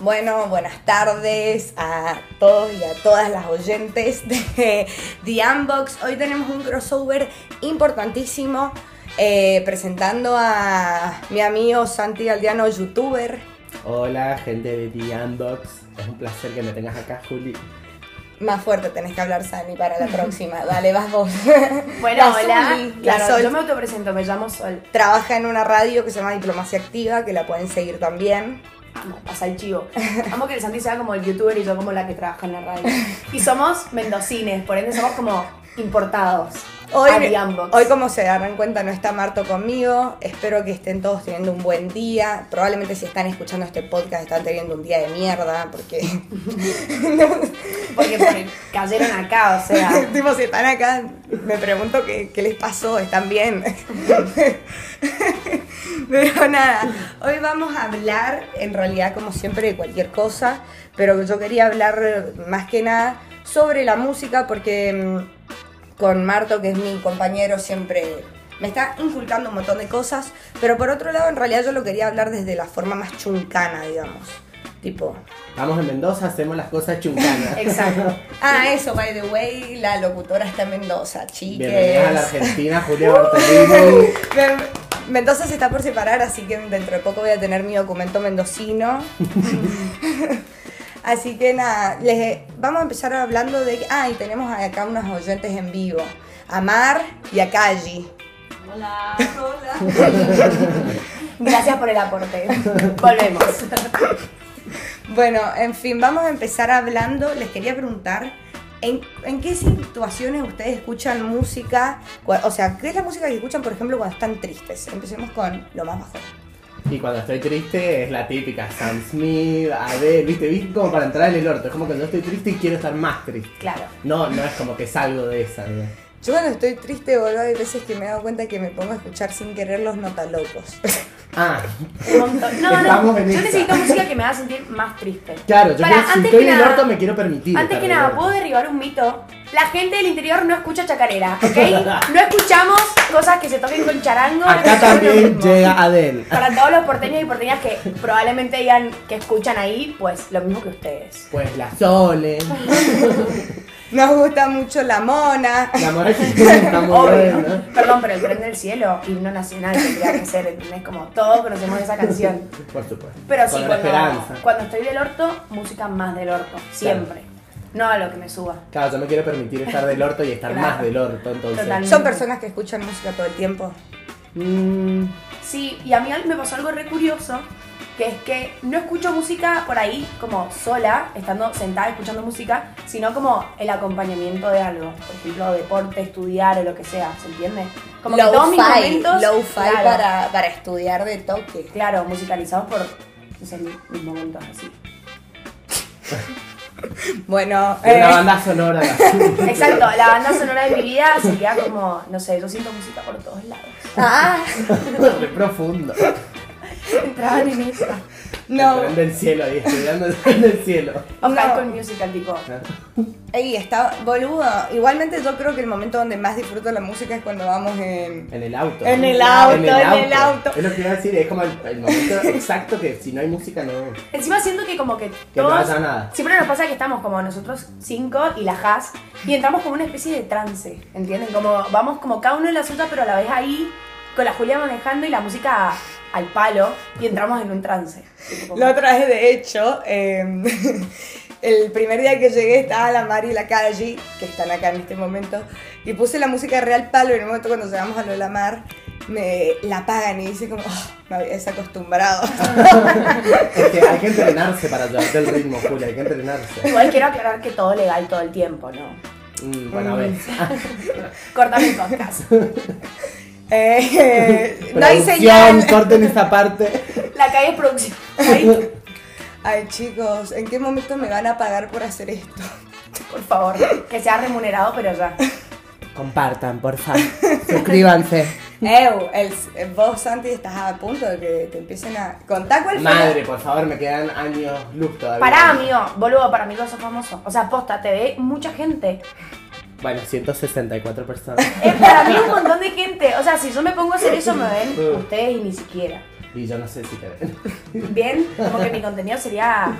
Bueno, buenas tardes a todos y a todas las oyentes de The Unbox. Hoy tenemos un crossover importantísimo eh, presentando a mi amigo Santi Galdiano, youtuber. Hola, gente de The Unbox. Es un placer que me tengas acá, Juli. Más fuerte tenés que hablar, Sani, para la próxima. Dale, vas vos. Bueno, La hola. Zuli, la claro, Sol. yo me autopresento, me llamo Sol. Trabaja en una radio que se llama Diplomacia Activa, que la pueden seguir también. Amo, pasa el chivo. Amo que el Santi sea como el youtuber y yo como la que trabaja en la radio. Y somos mendocines, por ende somos como importados. Hoy, a The Unbox. hoy, como se darán cuenta, no está Marto conmigo. Espero que estén todos teniendo un buen día. Probablemente si están escuchando este podcast están teniendo un día de mierda, porque Porque, porque cayeron acá, o sea. tipo, si están acá, me pregunto qué, qué les pasó, están bien. pero nada, hoy vamos a hablar, en realidad, como siempre, de cualquier cosa, pero yo quería hablar más que nada sobre la música, porque mm, con Marto, que es mi compañero, siempre me está inculcando un montón de cosas, pero por otro lado, en realidad, yo lo quería hablar desde la forma más chuncana, digamos. Tipo, Vamos en Mendoza, hacemos las cosas chuncanas. Exacto. Ah, eso, by the way, la locutora está en Mendoza, chiques. Bienvenidas a la Argentina, Julia Bartolini. Men- Mendoza se está por separar, así que dentro de poco voy a tener mi documento mendocino. así que nada, les, vamos a empezar hablando de... Ah, y tenemos acá unos oyentes en vivo. A Mar y a Kaji. Hola. Gracias por el aporte. Volvemos. Bueno, en fin, vamos a empezar hablando. Les quería preguntar, ¿en, en qué situaciones ustedes escuchan música? Cu- O sea, ¿qué es la música que escuchan, por ejemplo, cuando están tristes? Empecemos con lo más bajo. Y cuando estoy triste es la típica Sam Smith, a ver, viste, viste como para entrar en el orto. Es como cuando estoy triste y quiero estar más triste. Claro. No, no es como que salgo de esa. ¿no? Yo cuando estoy triste, boludo, hay veces que me he dado cuenta que me pongo a escuchar sin querer los notalocos. Ah, Un montón. No, Estamos en no. Yo esa. necesito música que me haga sentir más triste. claro, yo Para, quiero- si antes estoy que en el nada- orto me quiero permitir. Antes estar que en el nada, orto. ¿puedo derribar un mito? La gente del interior no escucha chacarera, ¿ok? No escuchamos cosas que se toquen con charango. no Acá escuchamos lo también mismo. llega Adel. Para todos los porteños y porteñas que probablemente digan que escuchan ahí, pues lo mismo que ustedes. Pues la Sole, Nos gusta mucho la mona. la Morequita está muy ¿eh? Obvio. buena. Perdón, pero el tren del cielo, himno nacional, tendría que ser, ¿entendés? Como todos conocemos esa canción. Por supuesto. Pero sí, Con la cuando, esperanza. cuando estoy del orto, música más del orto, siempre. No a lo que me suba. Claro, yo me quiero permitir estar del orto y estar Claro. más del orto, entonces. Totalmente. Son personas que escuchan música todo el tiempo. Mm, Eh. Sí, y a mí me pasó algo re curioso, que es que no escucho música por ahí como sola, estando sentada escuchando música, sino como el acompañamiento de algo, por ejemplo, deporte, estudiar o lo que sea, ¿se entiende? Como que todos mis Lo-fi, momentos... lo-fi claro, para, para estudiar de toque. Claro, musicalizados por, no sé, mis mis momentos así. Bueno, y una eh, banda sonora. Exacto, la banda sonora de mi vida se queda como, no sé, yo siento música por todos lados. ah, Re profundo. Entraban en esa. no. El tren del cielo ahí, estudiando el tren del cielo. O No. High School Musical, tipo... Ey, está boludo. Igualmente yo creo que el momento donde más disfruto la música es cuando vamos en... En el auto. En el auto, en el auto. Es lo que iba a decir, es como el, el momento exacto que si no hay música no. Encima siento que como que Que no todos... haya nada. Siempre nos pasa que estamos como nosotros cinco y la Has y entramos como una especie de trance, ¿entienden? Como vamos como cada uno en la suya pero a la vez ahí con la Julia manejando y la música al palo y entramos en un trance. Tipo como- La otra vez, de hecho, eh, el primer día que llegué estaba la Mari y la Calle, que están acá en este momento, y puse la música real palo y en un momento cuando llegamos a lo de la mar, me la apagan y dice como, "Oh, me había desacostumbrado. Es que hay que entrenarse para llevarte el ritmo, Julia, hay que entrenarse. Igual quiero aclarar que todo legal todo el tiempo, ¿no? Mm, bueno, a ver. Cortame el podcast. Eh, no hay Producción, señal. corten esta parte. La calle es producción. Ay, Ay chicos, ¿en qué momento me van a pagar por hacer esto? por favor, que sea remunerado pero ya. Compartan, por favor. Suscríbanse. Ew, el- vos Santi estás a punto de que te empiecen a contar cuál fue la- Madre, por favor, me quedan años luz todavía. Pará, amigo, boludo, para mí vos sos famoso. O sea, posta, te ve mucha gente. Bueno, 164 personas. Es para mí un montón de gente. O sea, si yo me pongo a hacer eso, me ven ustedes y ni siquiera. Y yo no sé si te ven. Bien, como que mi contenido sería.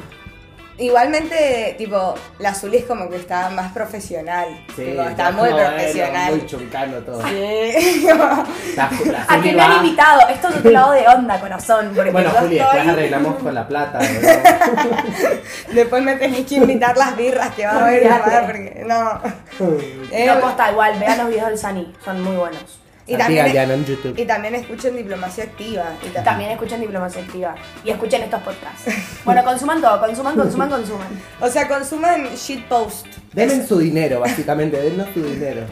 Igualmente, tipo, la Zuli es como que está más profesional. Sí, tipo, está muy como, eh, bueno, profesional. Muy chuncano todo. Sí. La, Ju- la A Juli que me va- han invitado. Esto yo te lo hago de onda, corazón. Porque Bueno, yo Juli, estoy- después arreglamos con la plata. ¿verdad? Después me tenés que invitar las birras que va a haber, ¿verdad? Porque no. Eh, No, posta, igual, vean los videos del Sani, son muy buenos. y, Amiga también, Llana en YouTube. y también escuchen diplomacia activa. Y ta- También escuchen Diplomacia Activa y escuchen estos podcasts. Bueno, consuman todo, consuman, consuman, consuman. O sea, consuman shitpost. Denme su dinero, básicamente, dennos su dinero.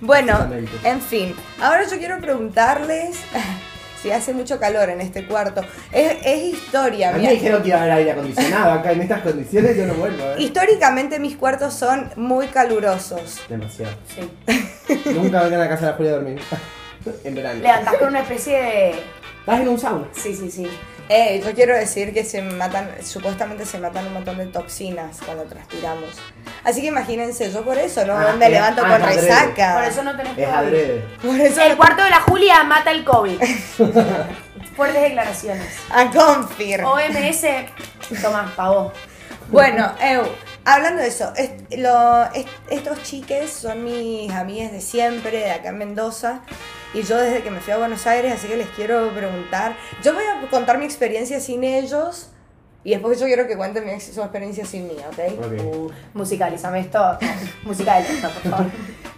Bueno, Exactamente. en fin. Ahora yo quiero preguntarles si hace mucho calor en este cuarto. Es, es historia, A mí mira. me dijeron que iba a haber aire acondicionado acá en estas condiciones, yo no vuelvo. ¿eh? Históricamente mis cuartos son muy calurosos. Demasiado. Sí. Nunca vengan a casa de la Julia a dormir. en verano. Levantás con una especie de. Estás en un sauna. Sí, sí, sí. Eh, yo quiero decir que se matan, supuestamente se matan un montón de toxinas cuando transpiramos. Así que imagínense, yo por eso, ¿no? Ah, me eh, levanto ah, con es adrede. resaca. Por eso no Eh, tenés Es COVID. adrede. Por eso El cuarto de la Julia mata el COVID. Fuertes declaraciones. a confir. OMS, tomás, pavó. Bueno, Eu, hablando de eso, est- lo- est- estos chiques son mis amigas de siempre, de acá en Mendoza. Y yo desde que me fui a Buenos Aires, así que les quiero preguntar. Yo voy a contar mi experiencia sin ellos y después yo quiero que cuenten mi ex- su experiencia sin mí, ¿ok? Ok. Uh, musicalizame esto. Musical esto, por favor.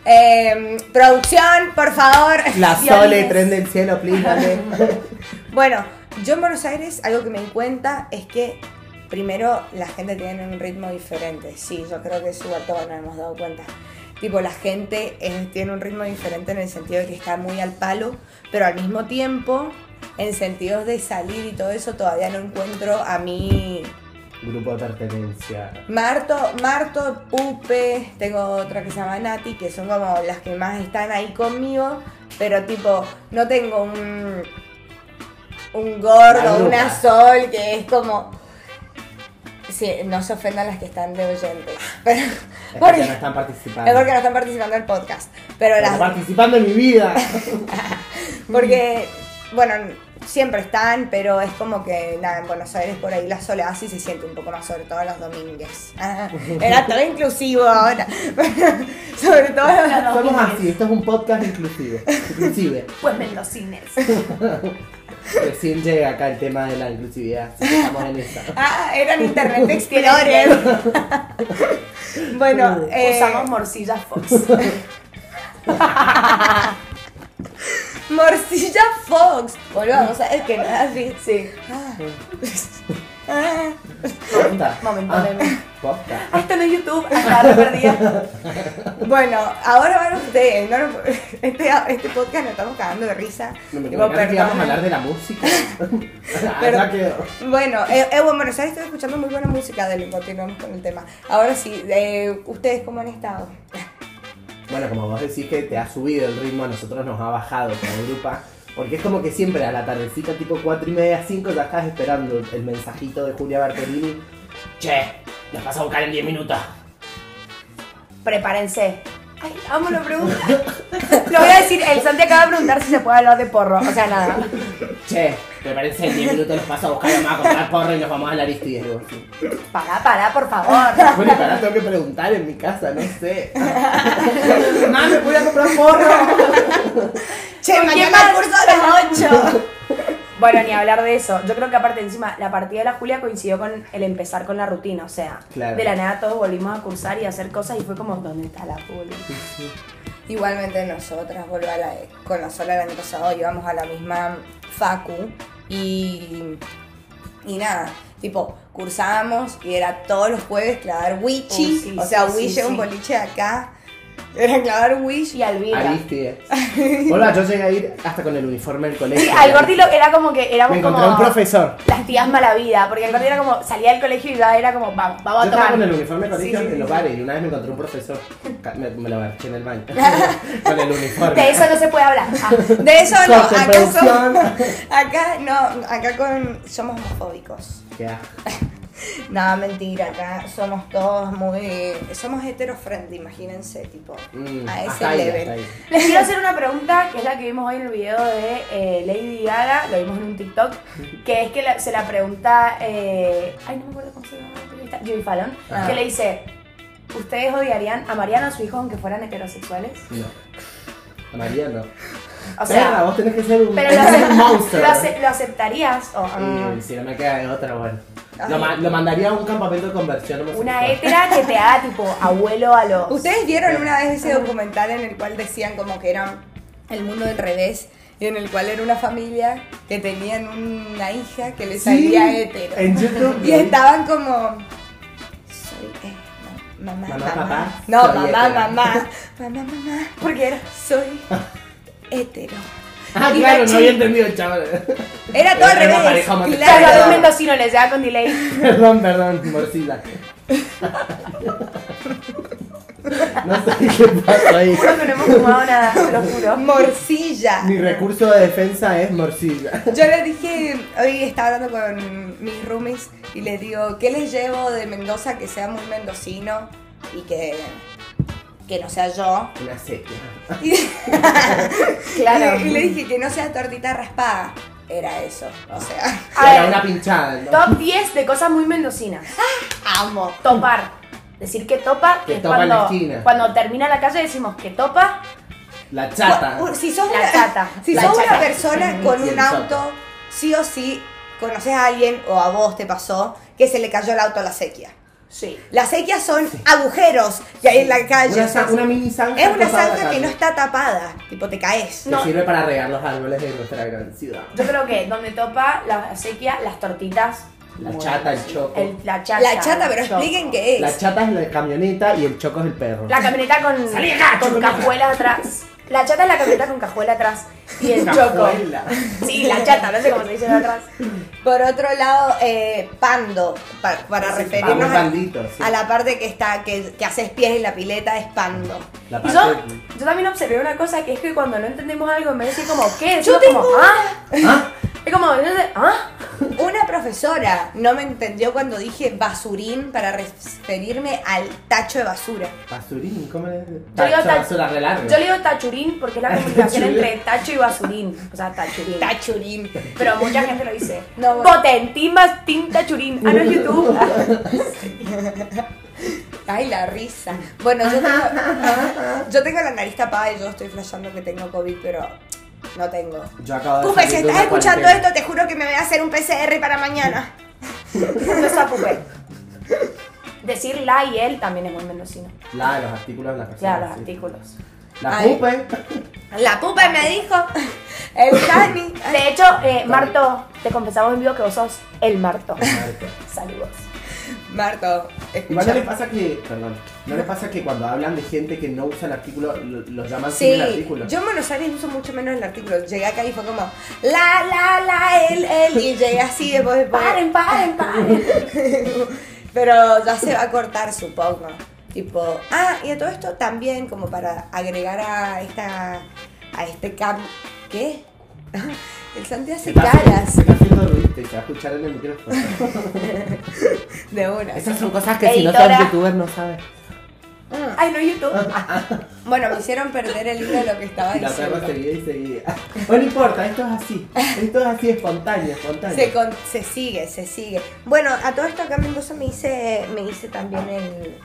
Em, producción, por favor. La Violines. Sole, tren del cielo, please, dale. Bueno, yo en Buenos Aires algo que me di cuenta es que primero la gente tiene un ritmo diferente. Sí, yo creo que eso a todos nos hemos dado cuenta. Tipo, la gente es- tiene un ritmo diferente en el sentido de que está muy al palo, pero al mismo tiempo, en sentidos de salir y todo eso, todavía no encuentro a mí. Grupo de pertenencia. Marto, Marto, Pupe, tengo otra que se llama Nati, que son como las que más están ahí conmigo, pero tipo, no tengo un, un La gordo, grupa. una sol, que es como... Sí, no se ofendan las que están de oyentes, pero... Es porque porque- no están participando. es porque no están participando del podcast, pero Están las... participando en mi vida. Porque, Mm. bueno, siempre están, pero es como que nada, en Buenos Aires por ahí la soledad sí se siente un poco más, sobre todo los domingos. Ah, Era todo inclusivo ahora. sobre todo los- No, no, Somos Jiménez. así, esto es un podcast inclusivo. Inclusive. Pues mendocines. Recién llega acá el tema de la inclusividad. así que Estamos en esta. Ah, eran Internet Explorer. bueno, eh, Mm, Usamos morcillas Fox. Morcilla Fox. Volvamos, ¿sabes que nada así. Sí. Ah. Posta. Momento, Ah, meme. posta. Hasta Ah, en YouTube, hasta la perdida. Bueno, ahora van ustedes. no nos- este, este podcast nos estamos cagando de risa. No me Tipo, acuerdo que íbamos a perdón. hablar de la música. Ah, Pero- ya quedó. Bueno, eh, eh, bueno, en Buenos Aires estoy escuchando muy buena música, de continuamos con el tema. Ahora sí, eh, ¿ustedes cómo han estado? Bueno, como vos decís que te ha subido el ritmo, a nosotros nos ha bajado como grupa. Porque es como que siempre a la tardecita, tipo 4 y media, 5, ya estás esperando el mensajito de Julia Bartolini. Che, nos vas a buscar en 10 minutos. Prepárense. Ay, amo la pregunta. Lo voy a decir, el Santi acaba de preguntar si se puede hablar de porro. O sea, nada. Che, prepárense, en 10 minutos nos vas a buscar, vamos a comprar porro y nos vamos a la Aristides. digo, sí. Pará, pará, por favor. Bueno, pará, tengo que preguntar en mi casa, no sé. Mamá, me voy a comprar porro. Che, ¿Con quién mañana el vas? curso a las 8. Bueno, ni hablar de eso. Yo creo que aparte encima, la partida de la Julia coincidió con el empezar con la rutina. O sea, Claro. de la nada todos volvimos a cursar y a hacer cosas y fue como, ¿dónde está la Julia? Igualmente nosotras, vuelvo a la, con la sola el año pasado, íbamos a la misma facu y, y nada, tipo, cursábamos y era todos los jueves clavar wichi, Oh, sí, o sea, sí, wichi sí, es un sí. boliche de acá, era clavar wichi. Y al Vila. Aristides. Vuelva, yo llegué a ir hasta con el uniforme del colegio. Sí, al Gordi lo- era como que éramos Me como encontré un profesor. las tías mala vida, porque el Gordi era como, salía del colegio y ya era como, vamos, vamos Yo a estaba tomar. con el uniforme de colegio Sí, sí, en los sí. bares y una vez me encontré un profesor. Ca- Me, me lo marché en el baño. con el uniforme. De eso no se puede hablar. Ah, De eso no, Corte, acá, somos- producción. acá no, acá con, somos homofóbicos. qué asco. Nada, mentira, acá somos todos muy. Somos heterofriendly, imagínense, tipo. Mm, a ese hasta ahí, level. hasta ahí. Les quiero hacer una pregunta que es la que vimos hoy en el video de eh, Lady Gaga, lo vimos en un TikTok, que es que la- se la pregunta, eh, ay no me acuerdo cómo se llama la periodista, Jimmy Fallon, Ah. que le dice, ¿ustedes odiarían, amarían a su hijo aunque fueran heterosexuales? No. A María no. Perra, O sea, vos tenés que ser un, pero tenés lo, que ser un ace- monster. lo ace- lo aceptarías, o, ah, Mm, si no me queda de otra, bueno. Ay. Lo, ma- lo mandaría a un campamento de conversión homosexual. una hétera que te haga tipo abuelo a los... ¿Ustedes vieron una vez ese documental en el cual decían como que era el mundo del revés? Y en el cual era una familia que tenían una hija que les salía hetero. En YouTube. Y estaban como. Soy eh, ma- mamá, Mamá, mamá. papá, No, soy mamá, hetero. mamá. Mamá, mamá. Porque era... Soy hetero. Ah, Y claro, la no chi- había entendido el chaval. Era todo Era una al revés. pareja homosexual. Claro, a un Claro. mendocino les llega con delay. perdón, perdón, morcilla. No sé qué pasó ahí. Juro que no hemos fumado nada, te lo juro. Morcilla. Mi recurso de defensa es morcilla. Yo les dije, hoy estaba hablando con mis roomies y les digo, ¿qué les llevo de Mendoza que sea muy mendocino y que, que no sea yo? Una sequía. Y, Claro. y le dije que no sea tortita raspada. Era eso, o sea, A Era ver. una pinchada. ¿no? Top 10 de cosas muy mendocinas. Ah, amo. Topar. Decir que topa Que es topa en la cuando, esquina. cuando termina la calle decimos que topa. La chata. Cu- Si sos La una, chata, si la sos chata. una persona con Sí, un el chata. auto, sí o sí conoces a alguien o a vos te pasó que se le cayó el auto a la sequía. Sí. Las sequias son agujeros que hay en la calle. Una, sa- una mini zanja. Es una cruzada la zanja que calle. no está tapada, tipo te caes. Que No. sirve para regar los árboles de nuestra gran ciudad. Yo creo que donde topa la sequía, las tortitas. La Bueno, chata, el sí. choco. El- la chata. La chata, pero el expliquen choco. qué es. La chata es la camioneta y el choco es el perro. La camioneta con, Salí acá, con choco, cajuela atrás. La chata es la camioneta con cajuela atrás. Y el choco. Cajuela. Sí, la chata, no sé cómo se dice de atrás. Por otro lado, eh, pando, pa- para Sí, referirnos pando, a, pandito, sí. a la parte que está que, que haces pies en la pileta, es pando. La Y parte- yo, yo también observé una cosa que es que cuando no entendemos algo, en vez de decir como, ¿qué? Decimos tengo como, ¿ah? ¿Ah? Es como, ¿ah? Una profesora no me entendió cuando dije basurín para referirme al tacho de basura. Basurín, ¿cómo es? Yo digo, Tacho, ta- basura re larga. Yo le digo tachurín porque es la comunicación Tachurín. entre tacho y basurín. O sea, tachurín. Tachurín. Pero mucha gente lo dice. No, bueno. Voten, team más team tachurín. Ah, no es YouTube. Ah, Ay, la risa. Bueno, yo tengo, yo tengo la nariz tapada y yo estoy flashando que tengo COVID, pero no tengo. Yo acabo de Pupe, salir si de estás una escuchando cuarentena. esto, te juro que me voy a hacer un PCR para mañana. No es apupé. Decir la y él también es muy mendocino. La de los artículos de la persona. Claro, los sí. artículos. La Ay. pupe. La pupa me dijo, el Dani. De hecho, eh, Marto, te confesamos en vivo que vos sos el Marto. Saludos. Marto, Igual no les escucha. pasa que, perdón, no les pasa que cuando hablan de gente que no usa el artículo, lo, lo llaman sin el Sí, artículo. yo en Buenos Aires uso mucho menos el artículo. Llegué acá y fue como, la, la, la, el, el, y llegué así después después. Paren, paren, paren. Pero ya se va a cortar, supongo. Tipo, ah, y a todo esto también, como para agregar a esta, a este cam... ¿Qué? El Santi hace está haciendo- caras Se está haciendo ruido y se va a escuchar en el micrófono. de una. Esas son cosas que si no Editora. sabes youtuber no sabes. Mm. Ay, no es YouTube. Ah, Bueno, me hicieron perder el hilo de lo que estaba Y la perra diciendo. seguía y seguía. Bueno, no importa, esto es así. Esto es así, espontáneo, espontáneo. Se, con- se sigue, se sigue. Bueno, a todo esto acá en Mendoza me hice, me hice también el...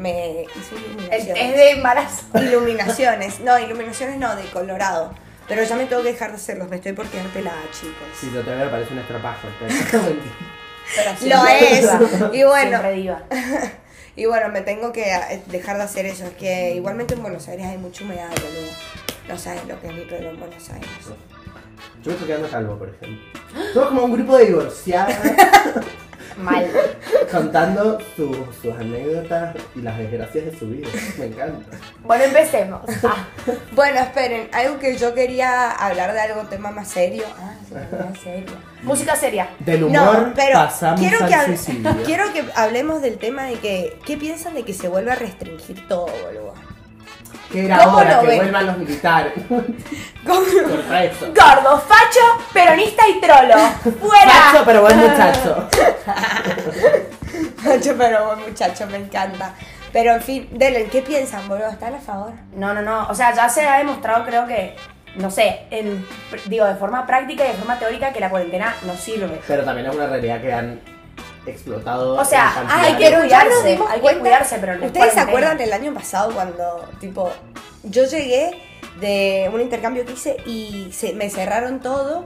Me hice Es iluminaciones. de embarazo. Iluminaciones. No, iluminaciones no, de colorado. Pero ya me tengo que dejar de hacerlos, me estoy por quedar pelada, chicos. Si yo te veo parece un estropajo. pero- Pero Lo siempre es. diva. Y bueno. Siempre diva. Y bueno, me tengo que eh, dejar de hacer eso. Es que igualmente en Buenos Aires hay mucha humedad, boludo. No sabes lo que es mi pelo en Buenos Aires. Yo me estoy quedando calvo, por ejemplo. Somos como un grupo de divorciadas Mal. contando su- sus anécdotas y las desgracias de su vida. Me encanta. Bueno, empecemos. Ah, Bueno, esperen, algo que yo quería hablar de algo, tema más serio. Ah, sí, tema serio. música seria. Del humor No, pero pasamos quiero al que, hable- suicidio. quiero que hablemos del tema de que, ¿qué piensan de que se vuelva a restringir todo, boludo? Que era ¿Cómo hora lo que ven? vuelvan los militares. Corta eso. Gordo, facho, peronista y trolo. ¡Fuera! Macho, pero buen muchacho. Macho, pero buen muchacho, me encanta. Pero en fin, Delen, ¿qué piensan, boludo? ¿Están a favor? No, no, no. O sea, ya se ha demostrado, creo que, no sé, en, pr- digo, de forma práctica y de forma teórica, que la cuarentena no sirve. Pero también es una realidad que han explotado. O sea, en cantidad hay de- que ya nos cuidarse, dimos hay que cuenta- cuidarse, pero no es ¿Ustedes se cuarentena. acuerdan del año pasado cuando, tipo, yo llegué de un intercambio que hice y se, me cerraron todo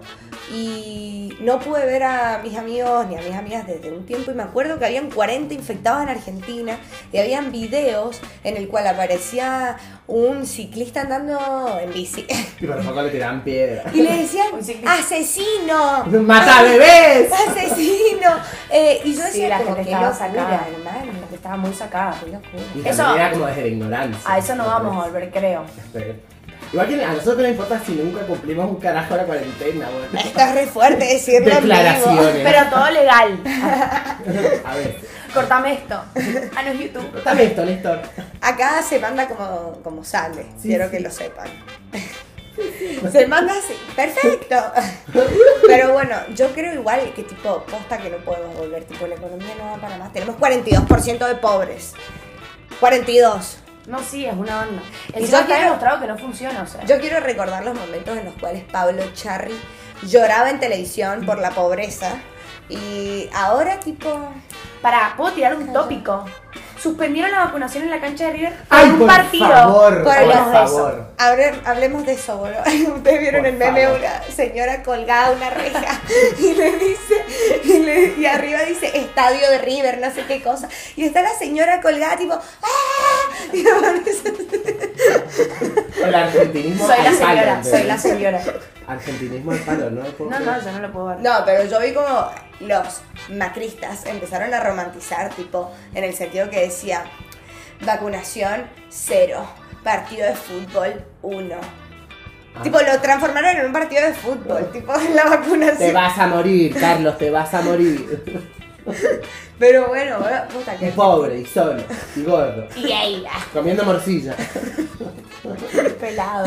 y no pude ver a mis amigos ni a mis amigas desde un tiempo y me acuerdo que habían 40 infectados en Argentina y habían videos en el cual aparecía un ciclista andando en bici Y por poco le tiran piedra. y le decían Un ciclista. asesino ¡Mata bebés! asesino Eh, y yo decía Sí, la como gente que estaba locura, sacada, hermano. La gente estaba muy sacada. Qué locura. Y Eso- también era como desde la ignorancia. A eso no vamos a volver, creo. Pero- Igual que a nosotros no importa si nunca cumplimos un carajo la cuarentena, bueno. Esto es re fuerte decirlo en vivo. Declaraciones. Pero todo legal. A ver. Cortame esto. A los YouTube. Dame esto, Néstor. Acá se manda como, como sale, Sí, quiero sí. que lo sepan. Se manda así, perfecto. Pero bueno, yo creo igual que tipo, posta que no podemos volver, tipo, la economía no va para más. Tenemos 42% de pobres. 42. No, sí, es una onda. Y Encima yo está quiero- demostrado que no funciona, o sea. Yo quiero recordar los momentos en los cuales Pablo Charri lloraba en televisión por la pobreza. Y ahora tipo... Para, ¿puedo tirar un tópico? Suspendieron la vacunación en la cancha de River por Ay, un por partido. favor, por por Hablamos de eso. favor. Hable- hablemos de eso, boludo. Ustedes vieron Por el meme favor. una señora colgada a una reja y le dice, y, le- y arriba dice estadio de River, no sé qué cosa. Y está la señora colgada, tipo, ¡ah! Y aparece- El argentinismo Soy la al palo, señora, ¿entendés? soy la señora. Argentinismo al palo, ¿no? No, no, yo no lo puedo ver. No, pero yo vi como los macristas empezaron a romantizar, tipo, en el sentido que decía, vacunación cero, partido de fútbol uno. Ah. Tipo, lo transformaron en un partido de fútbol, tipo, la Te vacunación. vas a morir, Carlos, te vas a morir. Pero bueno, boludo, puta Y que... pobre, y solo, y gordo. Y ella. Comiendo morcilla. pelado.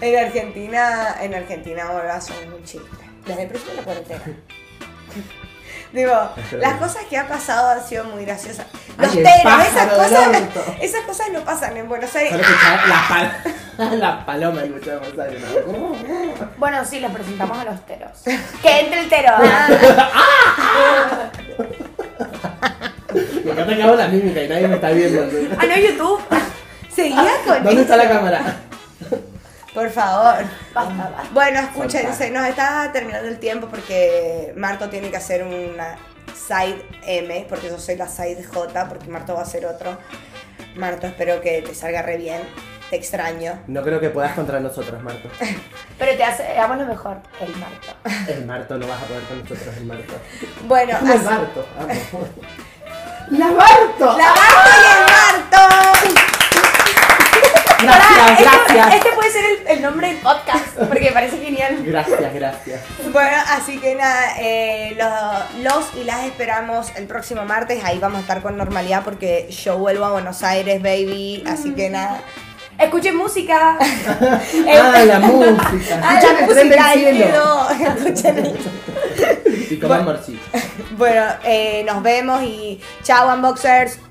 En Argentina, en Argentina ahora son un chiste. Desde el principio de la cuarentena. Digo, las cosas que ha pasado han sido muy graciosas. Los Ay, el teros, esas pájaro cosas, del orto. esas cosas no pasan en Buenos Solo Aires. escuchaba la, pal la paloma que escuchaba pasar. ¿no? Bueno, sí, les presentamos a los teros. ¡Que entre el tero! Me encanta que hago la mímica y nadie me está viendo. ¿no? Ah, no, YouTube. Seguía con ¿Dónde está eso. la cámara? Por favor. Basta, basta. Bueno, escúchense, nos está terminando el tiempo porque Marto tiene que hacer una side M, porque yo soy la side J, porque Marto va a hacer otro. Marto, espero que te salga re bien. Te extraño. No creo que puedas contra nosotros, Marto. Pero te hace, hagamos lo mejor, el marco. El Marto, no vas a poder con nosotros, el Marto. Bueno, El así- Marto, Ah, amo. ¡La Marto! ¡La Marta y el Marto! Gracias, Este, gracias. este puede ser el, el nombre del podcast, porque me parece genial. Gracias, gracias. Bueno, así que nada, eh, los, los y las esperamos el próximo martes. Ahí vamos a estar con normalidad porque yo vuelvo a Buenos Aires, baby. Así que nada. Escuchen música. Ah, la música. Eh, ¡Ah, Escuchan la el tren del música, cielo. Edo! Escuchen el- Y coman morcilla. Bueno, eh, nos vemos y chao, unboxers.